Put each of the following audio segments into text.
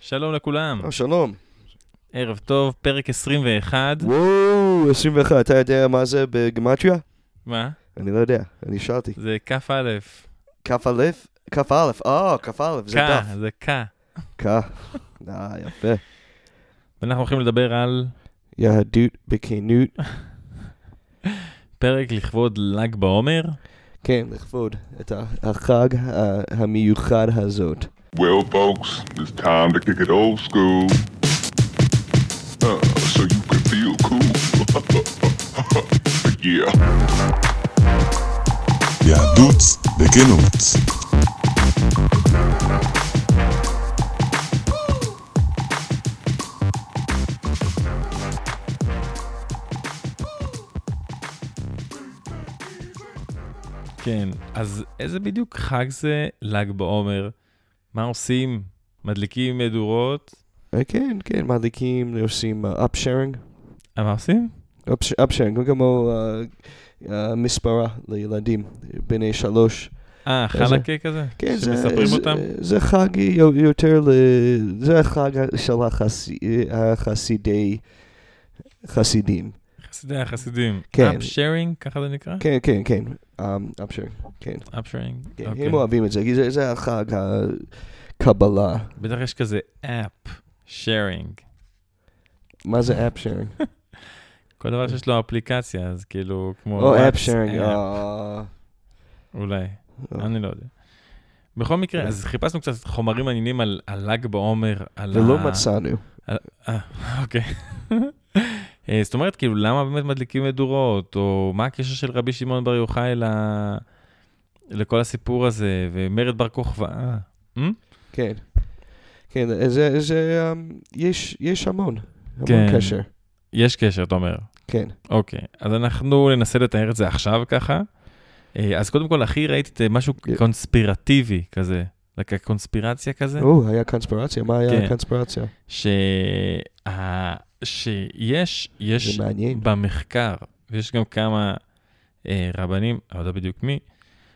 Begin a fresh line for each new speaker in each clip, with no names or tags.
שלום לכולם,
אה, שלום.
ערב טוב, פרק 21.
וואו, 21, אתה יודע מה זה בגימטריה?
מה?
אני לא יודע, אני שרתי.
זה כ"א.
כ"א? כ"א, אה, כ"א, זה דף.
קא, זה קא.
כ. אה, יפה.
ואנחנו הולכים לדבר על
יהדות בכנות.
פרק לכבוד ל"ג בעומר.
כן, לכבוד את ה- החג ה- המיוחד הזאת.
Well, folks, it's time to kick it old school. Uh, so you can feel cool. yeah.
יהדות בכנות.
כן. אז איזה בדיוק חג זה ל"ג בעומר? מה עושים? מדליקים מדורות?
אה, כן, כן, מדליקים, עושים אפשרינג.
אה, מה עושים?
אפשרינג, כמו אה, אה, מספרה לילדים, בני שלוש.
אה,
איזה-
חלקה כזה?
כן, זה,
שמספרים
זה,
אותם?
זה חג יו- יותר, ל... זה החג של החסי... החסידי, חסידים.
חסידי החסידים.
כן.
אפשרינג, ככה זה נקרא?
כן, כן, כן, um, I'm sure, כן.
אפשרינג.
כן. הם אוהבים את זה, כי זה, זה החג הקבלה.
בטח יש כזה אפ, שרינג.
מה זה אפ שיירינג?
כל דבר שיש לו אפליקציה, אז כאילו, כמו...
כן.
אה,
או אפ אה.
וואטס,
שיירינג,
אפ, אולי. אני לא יודע. בכל מקרה, אז חיפשנו קצת חומרים מעניינים על על ל"ג בעומר, על ה...
ולא מצאנו.
אה, אוקיי. אה, זאת אומרת, כאילו, למה באמת מדליקים מדורות, או מה הקשר של רבי שמעון בר יוחאי ל- לכל הסיפור הזה, ומרד בר כוכבא? אה,
כן. כן, זה, זה, um, יש, יש המון, המון
כן.
קשר.
יש קשר, אתה אומר.
כן.
אוקיי, אז אנחנו ננסה לתאר את זה עכשיו ככה. אה, אז קודם כל, הכי ראיתי את, אה, משהו
כן.
קונספירטיבי כזה, like קונספירציה כזה.
או, היה קונספירציה, מה היה
כן.
הקונספירציה?
ש... ה- שיש, יש
זה מעניין.
במחקר, ויש גם כמה אה, רבנים, אני לא יודע בדיוק מי,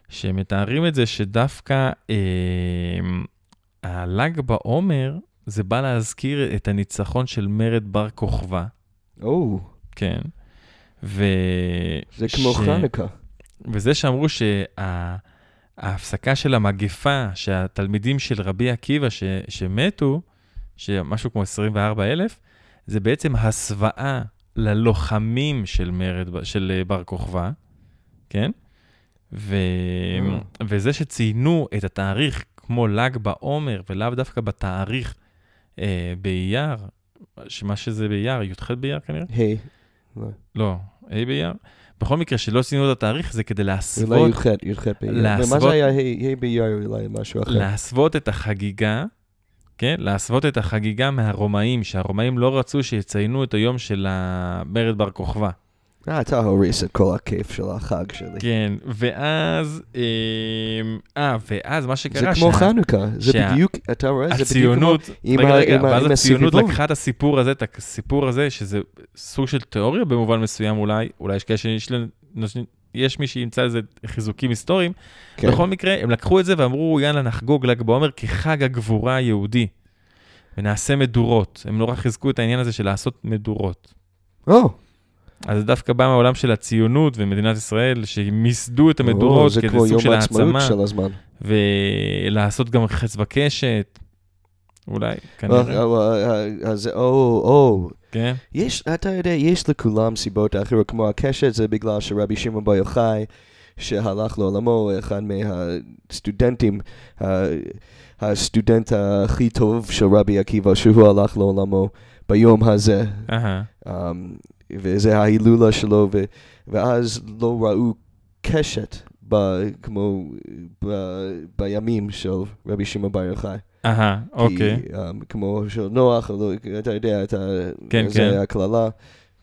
שמתארים את זה שדווקא אה, הל"ג בעומר, זה בא להזכיר את הניצחון של מרד בר כוכבא,
או,
כן. ו...
זה כמו
ש-
חנוכה.
וזה שאמרו שההפסקה של המגפה, שהתלמידים של רבי עקיבא ש, שמתו, שמשהו כמו 24 אלף, זה בעצם הסוואה ללוחמים של מרד, ב- של אה, בר כוכבא, כן? ו...
אה.
וזה שציינו את התאריך כמו ל"ג בעומר, ולאו דווקא בתאריך אה, באייר, שמה שזה באייר, י"ח באייר כנראה,
היי.
לא, ה' באייר. בכל מקרה, שלא ציינו את התאריך, זה כדי
אולי
להסוות,
י"ח, י"ח באייר. ומה
להסוות-
זה היה ה' ה' באייר אולי משהו אחר?
להסוות את החגיגה, כן? להסוות את החגיגה מהרומאים, שהרומאים לא רצו שיציינו את היום של המרד בר כוכבא.
אה, אתה הורס את כל הכיף של החג שלי.
כן, ואז... אמ, אה, ואז מה שקרה...
זה כמו
שה-
חנוכה, זה
שה-
בדיוק, אתה רואה? זה בדיוק כמו...
הציונות,
עם
רגע,
ה-
רגע,
עם ה-
ואז
עם
הציונות
הסיבוב.
לקחה את הסיפור הזה, את הסיפור הזה, שזה סוג של תיאוריה במובן מסוים אולי, אולי יש כאלה שיש להם- יש מי שימצא איזה חיזוקים היסטוריים, כן.
כן.
בכל מקרה, הם לקחו את זה ואמרו, יאללה, נחגוג ל"ג בעומר כחג הגבורה היהודי. ונעשה מדורות. הם נורא חיזקו את העניין הזה של לעשות מדורות.
או,
אז זה דווקא בא מהעולם של הציונות ומדינת ישראל, שמיסדו את המדורות
או, זה
כדי
כמו
סוג
יום
של
העצמאות
העצמה, של...
של הזמן.
ולעשות גם חץ וקשת, אולי,
אה,
כנראה,
אה, אה, אה, זה- או, או.
כן?
יש, אתה יודע, יש לכולם סיבות אחרות, כמו הקשת, זה בגלל שרבי שמעון בר יוחאי, שהלך לעולמו, אחד מהסטודנטים, ה- הסטודנט הכי טוב של רבי עקיבא, שהוא הלך לעולמו ביום הזה,
אהה,
um, וזה ההילולה שלו, ו, ואז לא ראו קשת ב, כמו ב, בימים של רבי שמעון בר יוחאי.
אהה, אוקיי.
אה, כי, um, כמו של נוח, או לא, אתה יודע, אתה,
כן,
זה
כן.
הקללה,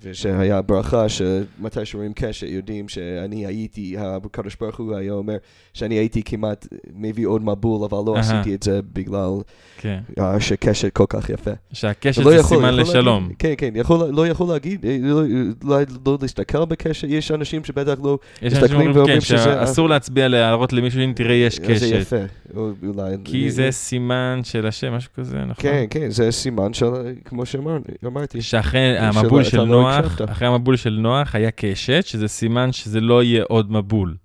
ושהיה ברכה שמתי שרואים קשת יודעים שאני הייתי, הקדוש ברוך הוא היה אומר שאני הייתי כמעט מביא עוד מבול, אבל לא
אהה.
עשיתי את זה בגלל
כן.
אה, שקשת כל כך יפה.
שהקשת
לא
זה
יכול,
סימן
יכול
לשלום.
להגיד- כן, כן, יכול, לא יכול להגיד, אה, לא, לא, לא להסתכל בקשת, יש אנשים שבטח לא,
יש
מסתכלים
אנשים שאומרים
ואומרים
כן,
שזה-
שאסור להצביע, להראות למישהו, הנה תראה, יש
אז אה, זה
קשת.
יפה, או- אולי.
כי זה סימן של השם, משהו כזה, נכון?
כן, כן, זה סימן של, כמו שאמרתי.
שאחרי
שלא,
המבול
אתה
של
לא
נוח,
הקשבת.
אחרי המבול של נוח היה קשת, שזה סימן שזה לא יהיה עוד מבול.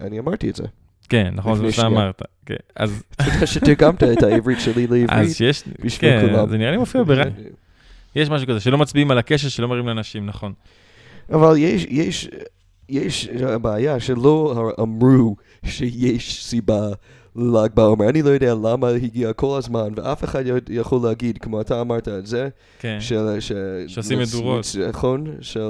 אני אמרתי את זה.
כן, נכון, זה מה
לפני שנייה.
שאמרת. כן, אז
אתה שתרגמת את העברית שלי לעברית.
אז שיש,
בשביל
כן,
כולם. אוקיי.
זה נראה לי מופיע בר... יש משהו כזה, שלא מצביעים על הקשת, שלא מראים לאנשים, נכון.
אבל יש, יש, יש בעיה שלא אמרו שיש סיבה ל"ג בעומר. אני לא יודע למה הגיע כל הזמן, ואף אחד לא יכול להגיד, כמו אתה אמרת את זה,
כן,
של... ש-
שעושים מדורות.
ניצחון של...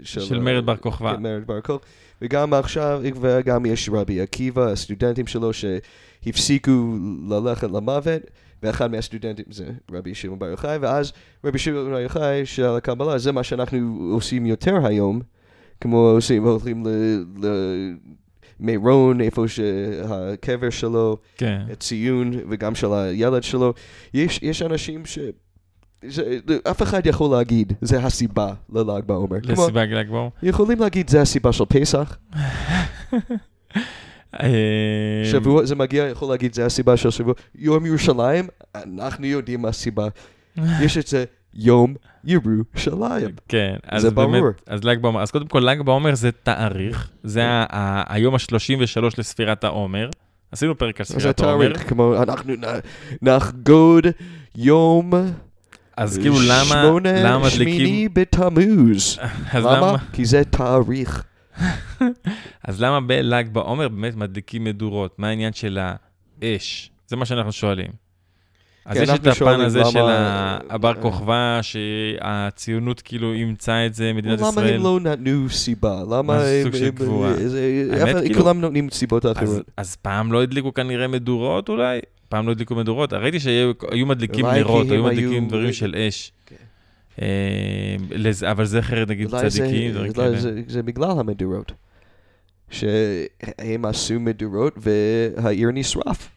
uh,
של מרד בר כוכבא.
כן, מרד בר כוכבא. וגם עכשיו, וגם יש רבי עקיבא, הסטודנטים שלו שהפסיקו ללכת למוות, ואחד מהסטודנטים זה רבי שמעון בר יוחאי, ואז רבי שמעון בר יוחאי של הקבלה, זה מה שאנחנו עושים יותר היום, כמו עושים, הולכים ל- למירון, איפה שהקבר שלו,
כן.
הציון וגם של הילד שלו. יש, יש אנשים ש... זה, אף אחד יכול להגיד, זה הסיבה לל"ג בעומר. כמו,
לסיבה גלג באור.
יכולים להגיד, זה הסיבה של פסח.
אה,
שבוע, זה מגיע, יכול להגיד, זה הסיבה של שבוע. יום ירושלים, אנחנו יודעים מה הסיבה. יש את זה, יום ירושלים.
כן, אז
זה
באמת,
ברור. כן.
אז ל"ג בעומר, אז קודם כל ל"ג בעומר זה תאריך, זה ה- ה- היום ה-33 לספירת העומר. עשינו פרק על
זה
ספירת העומר,
תאריך, כמו, אנחנו נ- נחגוד יום
אז כאילו למה,
שמונה,
למה
שמיני
מדליקים,
בתמוז.
אז
למה?
למה,
כי זה תאריך.
אז למה בל"ג בעומר באמת מדליקים מדורות? מה העניין של האש? זה מה שאנחנו שואלים. אז
כן,
יש את
אנחנו
הפן
שואלים
הזה
למה-
של ה- הבר כוכבא, שהציונות כאילו אימצה את זה, מדינת
למה
ישראל.
הם לא נתנו סיבה? למה
מה זה
הם...
סוג של
הם-
גבורה?
זה-
האמת,
אבל
כאילו-
כולם נותנים סיבות
אז,
אחרות.
אז פעם לא הדליקו כנראה מדורות אולי? פעם לא הדליקו מדורות. ראיתי שהיו היו מדליקים
אולי כי
נרות,
הם
היו
היו-
מדליקים דברים של אש.
כן.
אה, לז- אבל זכר נגיד
אולי זה-
צדיקים, דברים
אולי
כאלה.
זה- זה בגלל המדורות. שהם עשו מדורות והעיר נשרף.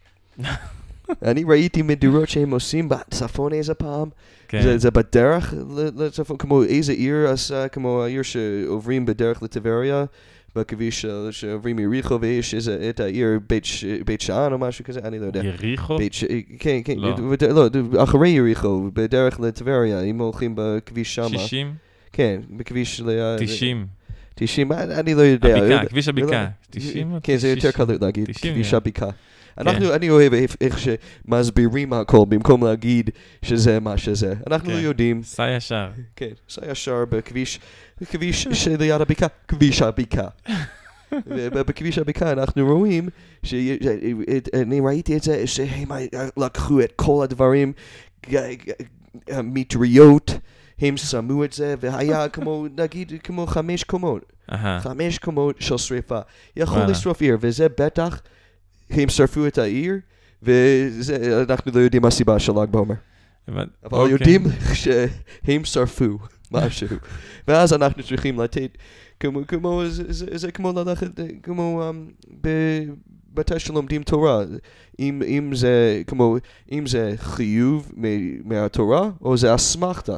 אני ראיתי מדורות שהם עושים בצפון איזה פעם.
כן.
זה, זה בדרך ל- לצפון, כמו איזה עיר עשה, כמו העיר שעוברים בדרך לטבריה, בכביש של- שעוברים יריחו, ויש איזה, את העיר בית, ש, בית שאן או משהו כזה, אני לא יודע.
יריחו?
בית ש... כן, כן,
לא.
בד- לא, ד- אחרי יריחו, בדרך לטבריה, אם הולכים בכביש שמה.
60?
כן, בכביש ל...
90?
90, אני- אני לא יודע.
הבקעה, כביש הבקעה.
לא-
90 או
כן, זה יותר
90?
קל להגיד,
90,
כביש
כן.
הבקעה. אנחנו, אני אוהב איך- איך שמסבירים הכל במקום להגיד שזה מה שזה. אנחנו
כן.
יודעים,
סע ישר.
כן, סע ישר בכביש, כביש שליד הבקעה, כביש הבקעה. ובכביש הבקעה אנחנו רואים, ש- את- אני ראיתי את זה, שהם לקחו את כל הדברים, ג- ג- המטריות, הם שמו את זה, והיה כמו, נגיד, כמו חמש קומות.
אהה.
חמש קומות של שריפה. יכול
וואלה.
לשרוף עיר, וזה בטח, הם שרפו את העיר, ואנחנו לא יודעים מה הסיבה של ל"ג בעומר.
הבנ-
אבל
אוקיי.
יודעים שהם שרפו משהו. ואז אנחנו צריכים לתת, כמו, כמו, זה, זה, זה כמו ללכת, אה, כמו um, בבתי שלומדים תורה. אם, אם זה, כמו, אם זה חיוב מ- מהתורה, או זה אסמכתה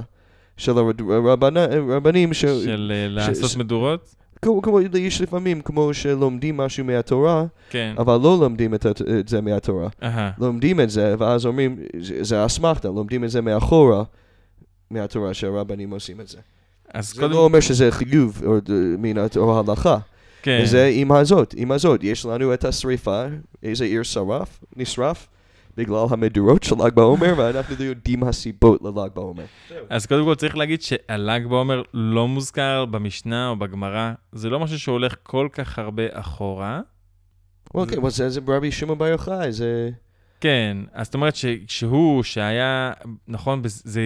של הרבנים, ש...
של אה, לעשות
ש-
מדורות?
כמו, כמו, יש לפעמים, כמו שלומדים משהו מהתורה,
כן.
אבל לא לומדים את, הת- את זה מהתורה.
אהה.
לומדים את זה, ואז אומרים, "זה- זה אסמכתה, לומדים את זה מאחורה, מהתורה שהרבנים עושים את זה.
אז
זה
קודם...
לא אומר שזה חיוב או, ד- מן הת- או הלכה,
כן.
זה עם הזאת, עם הזאת. יש לנו את השריפה, איזה עיר שרף, נשרף, בגלל המדורות של ל"ג בעומר, ואנחנו לא יודעים הסיבות לל"ג בעומר.
אז קודם כל צריך להגיד שהל"ג בעומר לא מוזכר במשנה או בגמרא, זה לא משהו שהולך כל כך הרבה אחורה.
אוקיי, אבל זה זה רבי שמעון בר יוחאי, זה...
כן, אז זאת אומרת שכשהוא, שהיה, נכון, בז- זה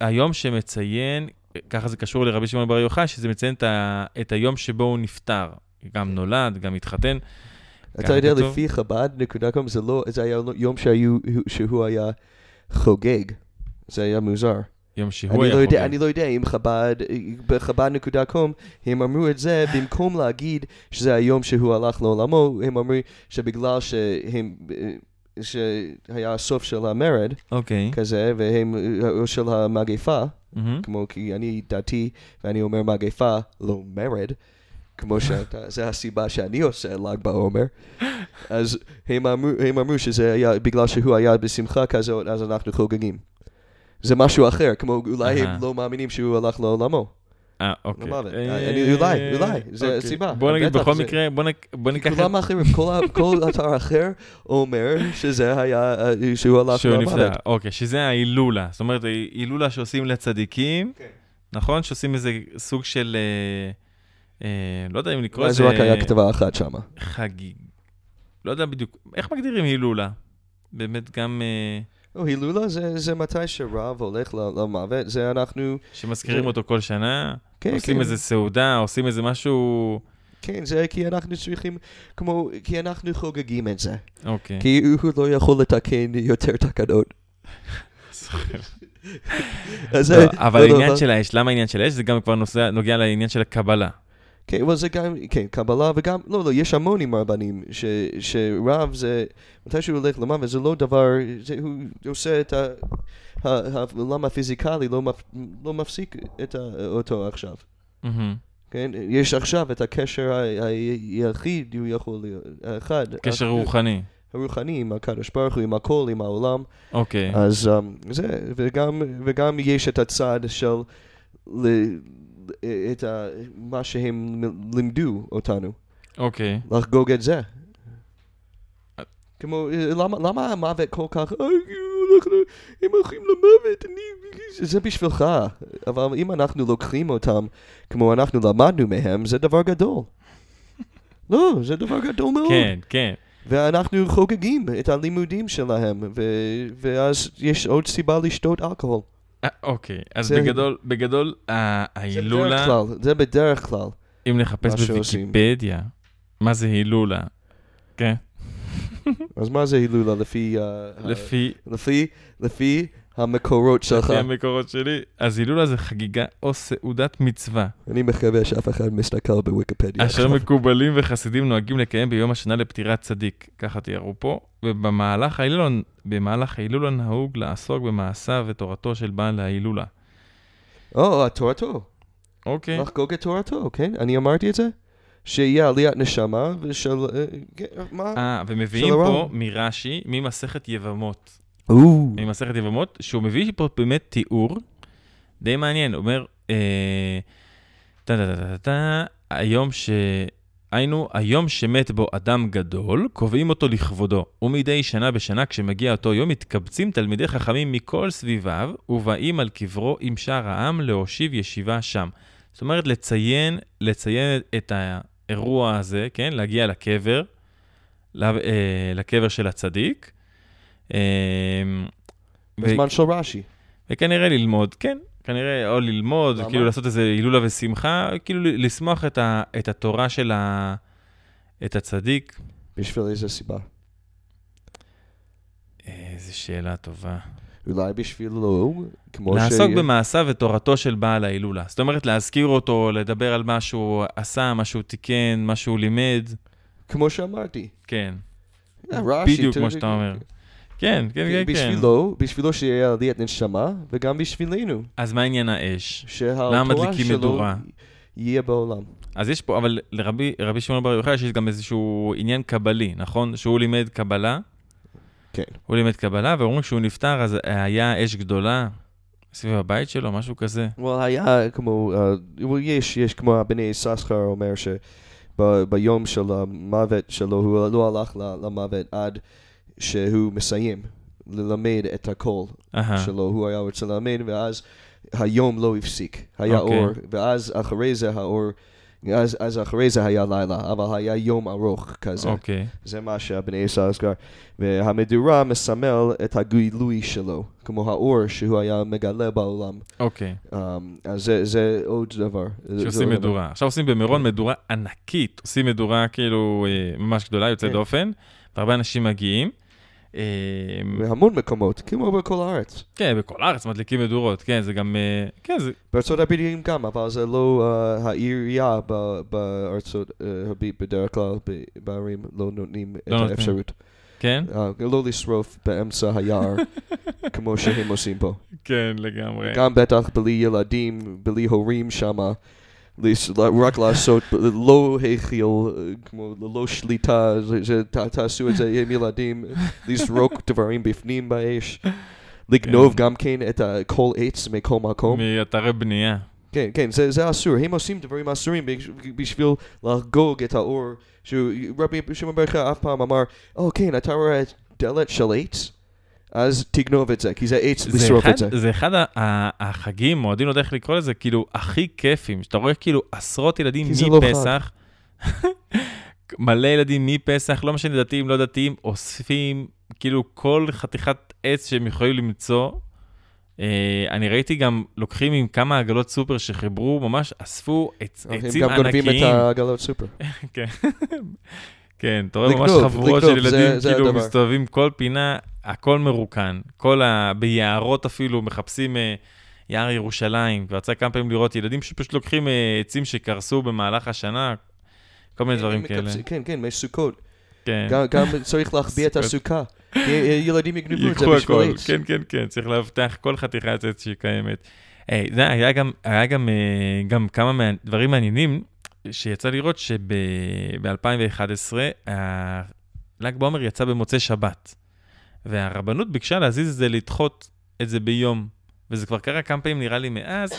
היום שמציין, ככה זה קשור לרבי שמעון בר יוחאי, שזה מציין את, ה, את היום שבו הוא נפטר.
כן.
גם נולד, גם התחתן.
אתה
ככה
יודע,
כתוב.
לפי חב"ד, נקודה קום, לא- זה לא, זה היה יום שהיו- שהוא היה חוגג. זה היה מוזר.
יום שהוא
אני
היה
לא, יודע,
חוגג.
אני לא יודע אם חב"ד, בחב"ד נקודה קום, הם אמרו את זה במקום להגיד שזה היום שהוא הלך לעולמו, הם אמרו שבגלל שהם, אה, שהיה הסוף של המרד
אוקיי.
כזה, והם, או של המגפה,
מהמם.
כמו כי אני דתי ואני אומר מגפה, לא מרד, כמו שאתה, זה הסיבה שאני עושה ל"ג בעומר. אז הם אמרו, הם אמרו שזה היה בגלל שהוא היה בשמחה כזאת, אז אנחנו חוגגים. זה משהו אחר, כמו אולי
אהה.
הם לא מאמינים שהוא הלך לעולמו.
אה, אוקיי.
למוות.
אה,
אני- אולי, אולי, זה
אוקיי.
הסיבה.
בוא נגיד
בטח,
בכל
זה-
מקרה, בוא נק- בוא ניקח
כולם
את...
אחרים, כל ה- כל אתר אחר אומר שזה היה, אה, שהוא הלך
שהוא
לעולמו.
נפטר. אוקיי, שזה ההילולה. זאת אומרת, ההילולה שעושים לצדיקים, נכון? שעושים איזה סוג של... אה, אה, לא יודע אם לקרוא
אולי
לזה...
זה רק היה כתבה אחת שמה.
חגיג. לא יודע בדיוק. איך מגדירים הילולה? באמת גם... אה,
לא, הילולה זה, זה מתי שרב הולך ל- למוות, זה אנחנו,
שמזכירים
זה-
אותו כל שנה,
כן,
עושים
כן.
איזה סעודה, עושים איזה משהו...
כן, זה כי אנחנו צריכים, כמו, כי אנחנו חוגגים את זה.
אוקיי.
כי הוא לא יכול לתקן יותר תקנות. אז זה-
לא, אבל
לא, לא,
העניין
לא.
של האש, למה העניין של האש? זה גם כבר נוסע- נוגע לעניין של הקבלה.
כן, אבל זה גם, כן, קבלה וגם, לא, לא, יש המון עם רבנים, ש, שרב זה, מתי שהוא הולך למוות, זה לא דבר, זה, הוא עושה את ה... ה- העולם הפיזיקלי לא, מפ, לא מפסיק את ה, אותו עכשיו.
מהמם.
כן? יש עכשיו את הקשר ה- היחיד, הוא יכול להיות, האחד.
קשר
האחדות
רוחני.
הרוחני עם הקדוש ברוך הוא, עם הכל, עם העולם.
אוקיי.
אז um, זה, וגם, וגם יש את הצד של ל, אה, את ה, מה שהם מ- לימדו אותנו,
אוקיי.
לחגוג את זה. כמו, אה, למה, למה המוות כל כך, "אה, אנחנו, הם הולכים למוות, אני, זה בשבילך. אבל אם אנחנו לוקחים אותם, כמו אנחנו למדנו מהם, זה דבר גדול. לא, זה דבר גדול מאוד.
כן, כן.
ואנחנו חוגגים את הלימודים שלהם, ו- ואז יש עוד סיבה לשתות אלכוהול.
אה, אוקיי. אז
זה-
בגדול, בגדול, ה-
זה בדרך
ההילולה,
כלל, זה בדרך כלל.
אם נחפש
מה שעושים. אה,
בוויקיפדיה, מה זה הילולה? כן.
אז מה זה הילולה לפי... אה,
לפי
ה- לפי, לפי המקורות שלך?
לפי המקורות שלי, אז הילולה זה חגיגה או סעודת מצווה.
אני מקווה שאף אחד מסתכל בוויקיפדיה.
אשר
עכשיו.
מקובלים וחסידים נוהגים לקיים ביום השנה לפטירת צדיק, ככה תיארו פה, ובמהלך ההילולה, במהלך ההילולה נהוג לעסוק במעשיו ותורתו של בעל ההילולה.
או, תורתו.
אוקיי,
לחגוג את תורתו, כן? אני אמרתי את זה? שיהיה עליית נשמה ושל... אה, כן, מה?
אה, ומביאים
של
פה
הרב.
מרש"י, ממסכת יבמות.
או.
ממסכת יבמות, שהוא מביא פה באמת תיאור די מעניין, הוא אומר, אה, טה טה טה טה טה, היום ש... היינו, היום שמת בו אדם גדול, קובעים אותו לכבודו, ומדי שנה בשנה כשמגיע אותו יום מתקבצים תלמידי חכמים מכל סביביו, ובאים על קברו עם שאר העם להושיב ישיבה שם. זאת אומרת, לציין, לציין את האירוע הזה, כן? להגיע לקבר, ל- אה, לקבר של הצדיק. אה, ו-
בזמן של רש"י.
וכנראה ללמוד, כן, כנראה או ללמוד,
למה?
כאילו לעשות איזה הילולה ושמחה, כאילו ל- לשמוח את, ה, את התורה של ה, את הצדיק.
בשביל איזה סיבה?
איזו אה, שאלה טובה.
אולי בשביל לא, כמו ש...
לעסוק במעשיו ותורתו של בעל ההילולה. זאת אומרת, להזכיר אותו, לדבר על מה שהוא עשה, מה שהוא תיקן, מה שהוא לימד.
כמו שאמרתי.
כן,
אה, רש"י,
בדיוק
אתה-
כמו שאתה אומר. כן, כן, כן, כן.
בשבילו, בשבילו שיהיה עליית נשמה, וגם בשבילנו,
אז מה עניין האש?
שהתורה
מדליקים
שלו
מדורה?
יהיה בעולם.
אז יש פה, אבל לרבי רבי שמעון בר יוחאי יש גם איזשהו עניין קבלי, נכון? שהוא לימד קבלה.
כן.
הוא לימד קבלה, ואומרים שהוא נפטר, אז היה אש גדולה סביב הבית שלו, משהו כזה.
well, היה כמו, אה, well, יש, יש כמו הבני ססחר אומר שביום של המוות שלו, הוא לא הלך ל- למוות עד שהוא מסיים ללמד את הכל
אהה,
שלו, הוא היה רוצה ללמד, ואז היום לא הפסיק, היה
אוקיי.
אור, ואז אחרי זה האור, אז, אז אחרי זה היה לילה, אבל היה יום ארוך כזה.
אוקיי.
זה מה שהבני עשר הסגר. והמדורה מסמל את הגילוי שלו, כמו האור שהוא היה מגלה בעולם.
אוקיי,
Um, אז זה, זה עוד דבר. זה- זה
שעושים
עוד דבר.
מדורה. עכשיו עושים במירון מדורה ענקית, עושים מדורה כאילו אה, ממש גדולה, יוצאת
כן.
דופן, והרבה אנשים מגיעים, אה,
בהמון מקומות, כמו בכל הארץ.
כן, בכל הארץ מדליקים מדורות, כן, זה גם... אה, כן, זה...
בארצות הברית גם, אבל זה לא אה, העירייה ב- בארצות אה, הברית בדרך כלל, ב- בערים לא נותנים את
לא נותנים.
האפשרות.
כן?
אה, לא לשרוף באמצע היער, כמו שהם עושים פה.
כן, לגמרי.
גם בטח בלי ילדים, בלי הורים שמה. לס- רק לעשות, לא הכיל, אה, כמו ללא שליטה, זה- זה- ת- תעשו את זה עם ילדים, לזרוק דברים בפנים באש, לגנוב גם כן את ה- כל עץ מכל מקום.
מאתרי בנייה.
כן, כן, זה, זה אסור. הם עושים דברים אסורים בש- בשביל לחגוג את האור. שהוא, רבי שמעון ברכה אף פעם אמר, או כן, אתה רואה את דלת של עץ? אז תגנוב את זה, כי זה עץ
זה
לשרוף
אחד-
את זה.
זה אחד ה- ה- החגים, או אני לא יודע איך לקרוא לזה, כאילו, הכי כיפים, שאתה רואה כאילו עשרות ילדים
כי זה לא
מפסח, מלא ילדים מפסח, לא משנה דתיים, לא דתיים, אוספים, כאילו, כל חתיכת עץ שהם יכולים למצוא. אה, אני ראיתי גם, לוקחים עם כמה עגלות סופר שחיברו, ממש אספו עץ,
אוקיי, הם
עצים
גם גונבים את
ענקיים.
העגלות סופר.
כן, אתה רואה ממש
לגנוב,
חבורות של
לגנוב, זה-
ילדים,
זה
כאילו
הדבר.
מסתובבים כל פינה, הכל מרוקן. כל ה... ביערות אפילו, מחפשים אה, יער ירושלים. כבר יצא כמה פעמים לראות ילדים שפשוט לוקחים אה, עצים שקרסו במהלך השנה, כל מיני דברים
הם
כאלה.
מקבצים- כן, כן, מסוכות.
כן,
גם- גם צריך להחביא את
סוכות.
הסוכה. י- י- ילדים יגנבו את זה
ייקחו
בשביל
הכל.
עץ.
כן, כן, כן, צריך לאבטח כל חתיכת עץ שהיא קיימת. היי, זה היה גם, היה גם, אה, גם כמה מה- דברים מעניינים שיצא לראות שב-2011, ל"ג בעומר יצא במוצאי שבת, והרבנות ביקשה להזיז את זה, לדחות את זה ביום, וזה כבר קרה כמה פעמים נראה לי מאז,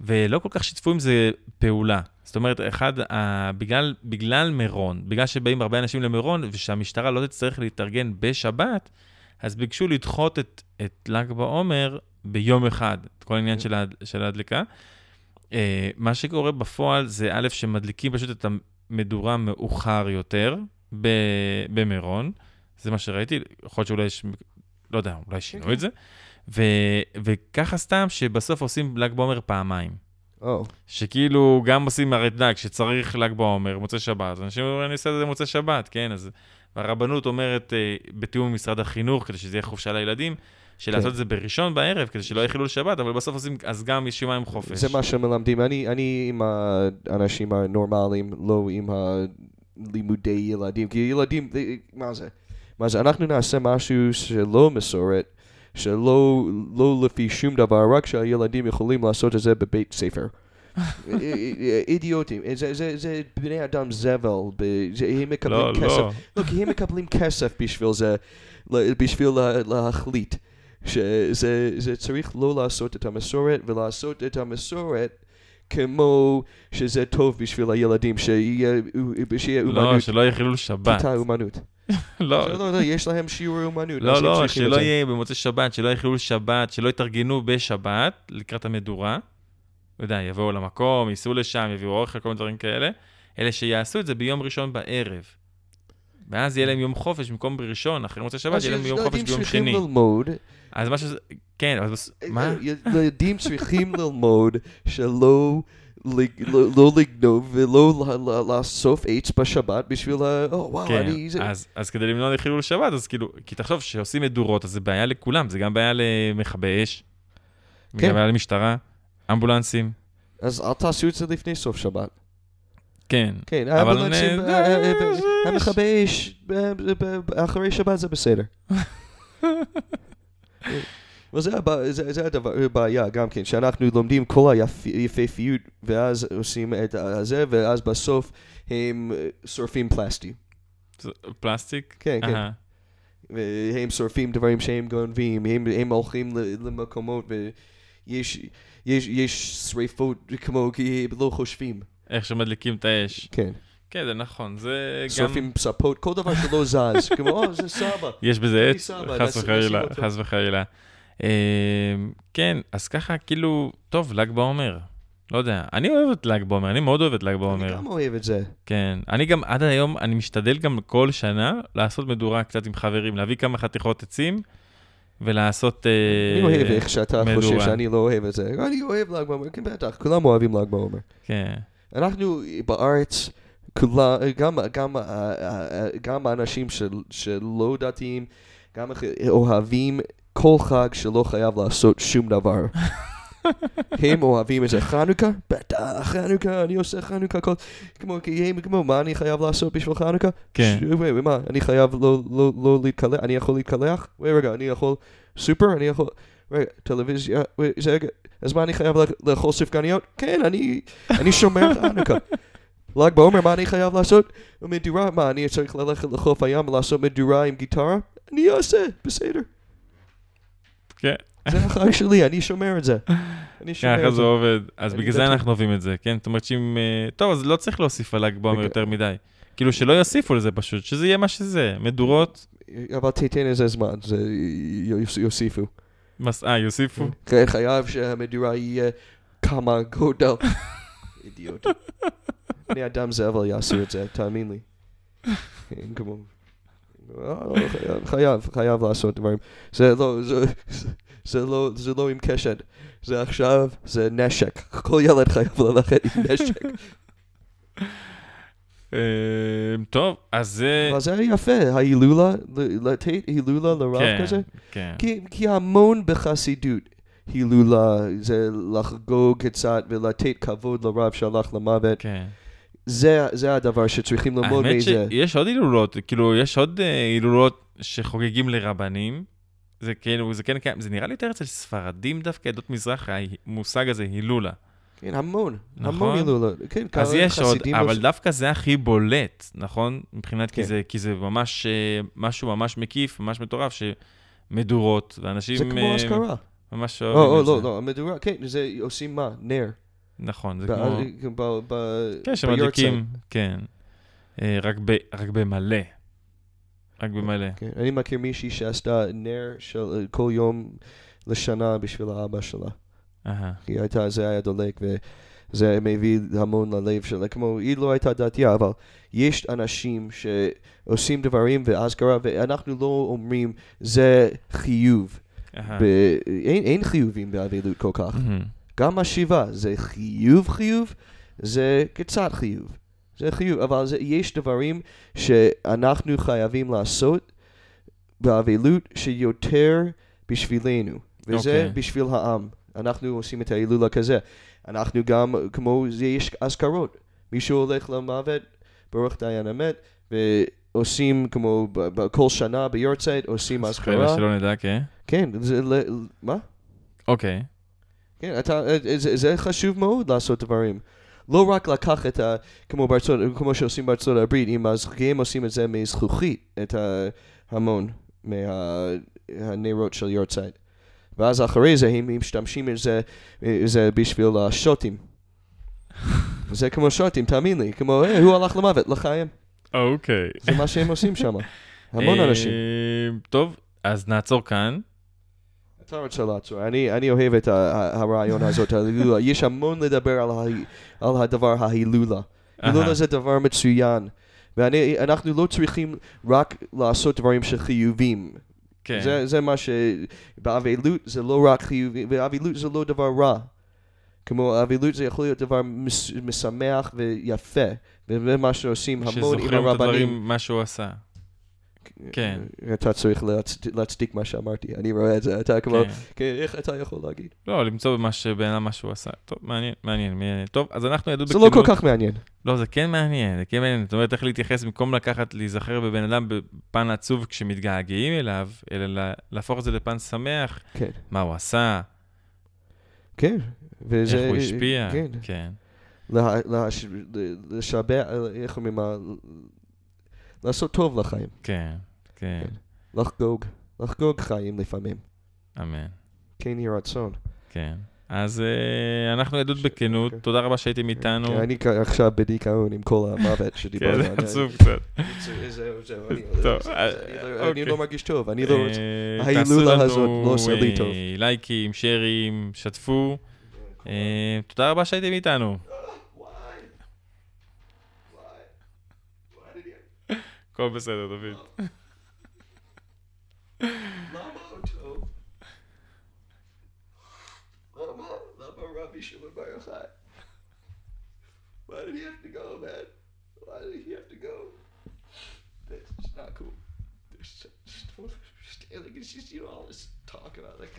ולא כל כך שיתפו עם זה פעולה. זאת אומרת, אחד, ה- בגלל, בגלל מירון, בגלל שבאים הרבה אנשים למירון, ושהמשטרה לא תצטרך להתארגן בשבת, אז ביקשו לדחות את, את ל"ג בעומר ביום אחד, את כל העניין של, ההד- של ההדלקה. אה, מה שקורה בפועל זה א', שמדליקים פשוט את המדורה מאוחר יותר ב, במירון, זה מה שראיתי, יכול להיות שאולי יש, לא יודע, אולי שינו את זה, ו, וככה סתם שבסוף עושים ל"ג בעומר פעמיים.
או,
שכאילו גם עושים הרי אתה יודע, כשצריך ל"ג בעומר, מוצאי שבת, אנשים אומרים, אני עושה את זה במוצאי שבת, כן? אז הרבנות אומרת, אה, בתיאום עם משרד החינוך, כדי שזה יהיה חופשה לילדים, שלעשות
כן.
את זה בראשון בערב, כדי שלא יהיה חילול שבת, אבל בסוף עושים, אז גם יש יומיים חופש.
זה מה שמלמדים. אני אני עם האנשים הנורמליים, לא עם הלימודי ילדים. כי ילדים, זה- מה זה? מה זה? אנחנו נעשה משהו שלא מסורת, שלא לא לפי שום דבר, רק שהילדים יכולים לעשות את זה בבית ספר. אה, א- א- א- אידיוטים, זה, זה, זה בני אדם זבל, ב- זה- הם מקבלים
לא,
כסף
לא.
לא, כי הם מקבלים כסף בשביל זה, ל- בשביל לה- להחליט שזה זה צריך לא לעשות את המסורת, ולעשות את המסורת כמו שזה טוב בשביל הילדים, שיהיה שיהיה
לא,
אומנות,
שלא יהיה חילול שבת.
כיתה אומנות.
לא,
לא, לא, לא, יש להם שיעורי אומנות.
לא,
אז הם
לא,
צריכים את
שלא
זה.
יהיה במוצאי שבת, שלא יהיה חילול שבת, שלא יתארגנו בשבת לקראת המדורה. לא יודע, יבואו למקום, ייסעו לשם, יביאו אוכל, כל מיני דברים כאלה. אלה שיעשו את זה ביום ראשון בערב. ואז יהיה להם יום חופש במקום בראשון, אחרי מוצאי שבת
אז
יהיה להם יום
ילדים
חופש ביום
צריכים
שני.
ללמוד,
אז מה שזה... כן, אבל... בס-
אה,
מה?
ילדים צריכים ללמוד שלא לג- לא לא לגנוב ולא ל- ל- לאסוף עץ בשבת בשביל ה... או וואו,
כן,
אה, אני... זה-
אז, אז כדי למנוע חילול שבת, אז כאילו, כי תחשוב, שעושים מדורות, אז זה בעיה לכולם, זה גם בעיה למכבי אש,
כן.
גם בעיה למשטרה, אמבולנסים,
אז אל תעשו את זה לפני סוף שבת.
כן.
כן,
אבל נ-
האמבולנסים, אה, אה, אה,
זה-
אה, המכבי אש, אה, ב- ב- אחרי שבת זה בסדר. אבל זה הבע- זה זה הדבר- הבעיה גם כן, שאנחנו לומדים כל היפהפיות, ואז עושים את זה, ואז בסוף הם אה, שורפים פלסטי.
פלסטיק?
כן, כן.
אהה.
והם שורפים דברים שהם גונבים, הם, הם הולכים ל- למקומות ויש יש, יש שריפות כמו כי הם לא חושבים.
איך שמדליקים את האש.
כן.
כן, זה נכון, זה גם...
שורפים ספות, כל דבר שלא זז, כמו, או, זה סבא.
יש בזה
אני
עץ,
סבא,
חס
נשים-
וחלילה,
נשים אותו.
חס וחלילה. אמ, כן, אז ככה, כאילו, טוב, ל"ג בעומר. לא יודע, אני אוהב את ל"ג בעומר, אני מאוד אוהב את ל"ג
אני
בעומר.
גם אוהב את זה.
כן, אני גם עד היום, אני משתדל גם כל שנה לעשות מדורה קצת עם חברים, להביא כמה חתיכות עצים ולעשות... אה,
אני אוהב איך שאתה חושב
מדורה.
שאני לא אוהב את זה. אני אוהב ל"ג בעומר, כן בטח, כולם אוהבים ל"ג בעומר.
כן,
אנחנו בארץ, כולה, גם, גם, אה, אה, אה, גם האנשים של, שלא דתיים, גם אחי- אוהבים כל חג שלא חייב לעשות שום דבר. הם אוהבים את זה. חנוכה? בטח, חנוכה, אני עושה חנוכה כל... כמו, כי הם כמו, מה אני חייב לעשות בשביל חנוכה?
כן.
ש... וואי, מה, אני חייב לא, לא, לא להתקלח? אני יכול להתקלח? וואי, רגע, אני יכול... סופר? אני יכול... רגע, טלוויזיה? וואי, זה רגע... אז מה, אני חייב לאכ- לאכול ספגניות? כן, אני, אני שומר חנוכה. ל"ג בעומר, מה אני חייב לעשות? מדורה? מה, אני צריך ללכת לחוף הים ולעשות מדורה עם גיטרה? אני אעשה, בסדר.
כן.
זה החג שלי, אני שומר את זה. אני שומר
ככה
את
זה
זה.
עובד. אז
אני
בגלל זה
יודעת-
אנחנו אוהבים את זה, כן? זאת אומרת שאם... אה, טוב, אז לא צריך להוסיף על ל"ג בעומר
בג-
יותר מדי. כאילו שלא יוסיפו לזה פשוט, שזה יהיה מה שזה. מדורות,
אבל תיתן איזה זמן, זה י- י- יוסיפו.
מס... אה, יוסיפו.
כן, חייב שהמדורה יהיה כמה גודל. אידיוט. בני אדם זה אבל יעשו את זה, תאמין לי. אין כמו... אה, לא, חייב- חייב, חייב לעשות דברים. זה לא, זה- זה- זה לא, זה לא עם קשת. זה עכשיו, זה נשק. כל ילד חייב ללכת עם נשק.
אה, טוב, אז זה...
אבל זה היה יפה, ההילולה, ל- לתת הילולה לרב
כן,
לא כזה.
כן.
כי, כי המון בחסידות הילולה זה לחגוג קצת ולתת כבוד לרב שהלך למוות.
כן.
זה, זה לא הדבר שצריכים ללמוד
האמת
מזה.
שיש עוד הילולות, כאילו, יש עוד אה, הילולות שחוגגים לרבנים. זה כאילו, זה כן קיים, זה נראה לי יותר אצל ספרדים דווקא, עדות מזרח, המושג הזה, הילולה.
כן, המון,
נכון.
המון הילולות. כן,
אז
כמה
יש עוד,
חסידים
אבל
עושים-
דווקא זה הכי בולט, נכון? מבחינת, כי
כן.
זה- כי זה ממש אה, משהו ממש מקיף, ממש מטורף, שמדורות, ואנשים...
זה כמו
אה,
אזכרה.
ממש
או,
אוהבים
או,
את
לא,
זה.
לא, המדורה, כן, זה עושים מה? נר.
נכון, זה
ואז-
כמו...
ב- ב-
כן,
ביורצייט.
שמדליקים, כן. אה, רק ב- רק במלא. רק במלא.
כן, אני מכיר מישהי שעשתה נר של כל יום לשנה בשביל האבא שלה.
אהה.
היא הייתה, זה היה דולק, וזה מביא המון ללב שלה. כמו, היא לא הייתה דתייה, אבל יש אנשים שעושים דברים ואז קרה, ואנחנו לא אומרים, זה חיוב.
אהה.
ב... אין, אין חיובים באבילות כל כך.
מהמם.
גם השיבה, זה חיוב חיוב, זה קצת חיוב. זה חיוב, אבל זה, יש דברים שאנחנו חייבים לעשות באבילות שיותר בשבילנו, וזה
אוקיי.
בשביל העם. אנחנו עושים את ההילולה כזה. אנחנו גם, כמו, זה יש אזכרות. מישהו הולך למוות, ברוך דיין המת, ועושים כמו, ב- ב- כל שנה ביורצייט, עושים
אז חלילה
אזכרה.
שלא נדע, כן.
כן, זה, ל- מה?
אוקיי.
כן, אתה, זה, זה חשוב מאוד לעשות דברים. לא רק לקח את ה... כמו, בארצות, כמו שעושים בארצות הברית, אם הזכירים עושים את זה מזכוכית, את ההמון מהנרות של יורצייט. ואז אחרי זה הם משתמשים את זה, אה, זה בשביל השוטים. זה כמו שוטים, תאמין לי. כמו, "אה, הוא הלך למוות, לחיים.
אוקיי.
זה מה שהם עושים שם. המון אנשים.
אה, טוב, אז נעצור כאן.
אתה רוצה לעצור, אני, אני אוהב את ה- ה- הרעיון הזאת, ההילולה. יש המון לדבר על, ה, על הדבר ההילולה. הילולה
אהה.
לא, זה דבר מצוין. ואנחנו לא צריכים רק לעשות דברים שחיובים.
כן.
זה, זה מה ש... באבלות זה לא רק חיובי, ואבלות זה לא דבר רע. כמו אבלות זה יכול להיות דבר מס, משמח ויפה. וזה מה שעושים המון עם
שזוכרים את
הרבנים.
הדברים, מה שהוא עשה. כן.
אתה צריך להצדיק, להצדיק מה שאמרתי, אני רואה את זה. אתה כמו,
כן.
כן, איך אתה יכול להגיד?
לא, למצוא במה שבן אדם מה שהוא עשה. טוב, מעניין, מעניין, מעניין. טוב, אז אנחנו ידעו
זה לא כל כך מעניין.
לא, זה כן מעניין, זה כן מעניין. זאת אומרת, איך להתייחס, במקום לקחת, להיזכר בבן אדם בפן עצוב כשמתגעגעים אליו, אלא לה- להפוך את זה לפן שמח,
כן.
מה הוא עשה,
כן. וזה...
איך הוא השפיע.
כן.
כן.
לה- להש- ל- לשבח, איך אומרים, ה- לעשות טוב לחיים.
כן, כן,
לחגוג. לחגוג חיים לפעמים.
אמן,
כן יהי רצון.
כן. אז אה, אנחנו עדות בכנות,
אוקיי.
תודה רבה שהייתם איתנו.
כן, אני כ- עכשיו בדיכאון עם כל המוות
כן,
שדיברנו.
זה
אני-
עצוב קצת.
זהו, זהו, זהו, אני-
טוב,
זה-
אה,
זה- אני לא-
אוקיי.
אני לא מרגיש טוב, אני לא רוצה...
אה,
ההילולה
תעשו לנו,
הזאת לא עושה לי
אה,
טוב.
לייקים, שיירים, שתפו. אה, תודה רבה שהייתם איתנו. הכל בסדר, דוד.
Why did he have to go, man? Why did he have to go? That's not cool. There's Just, like, it's just, you know, all this talk about, like,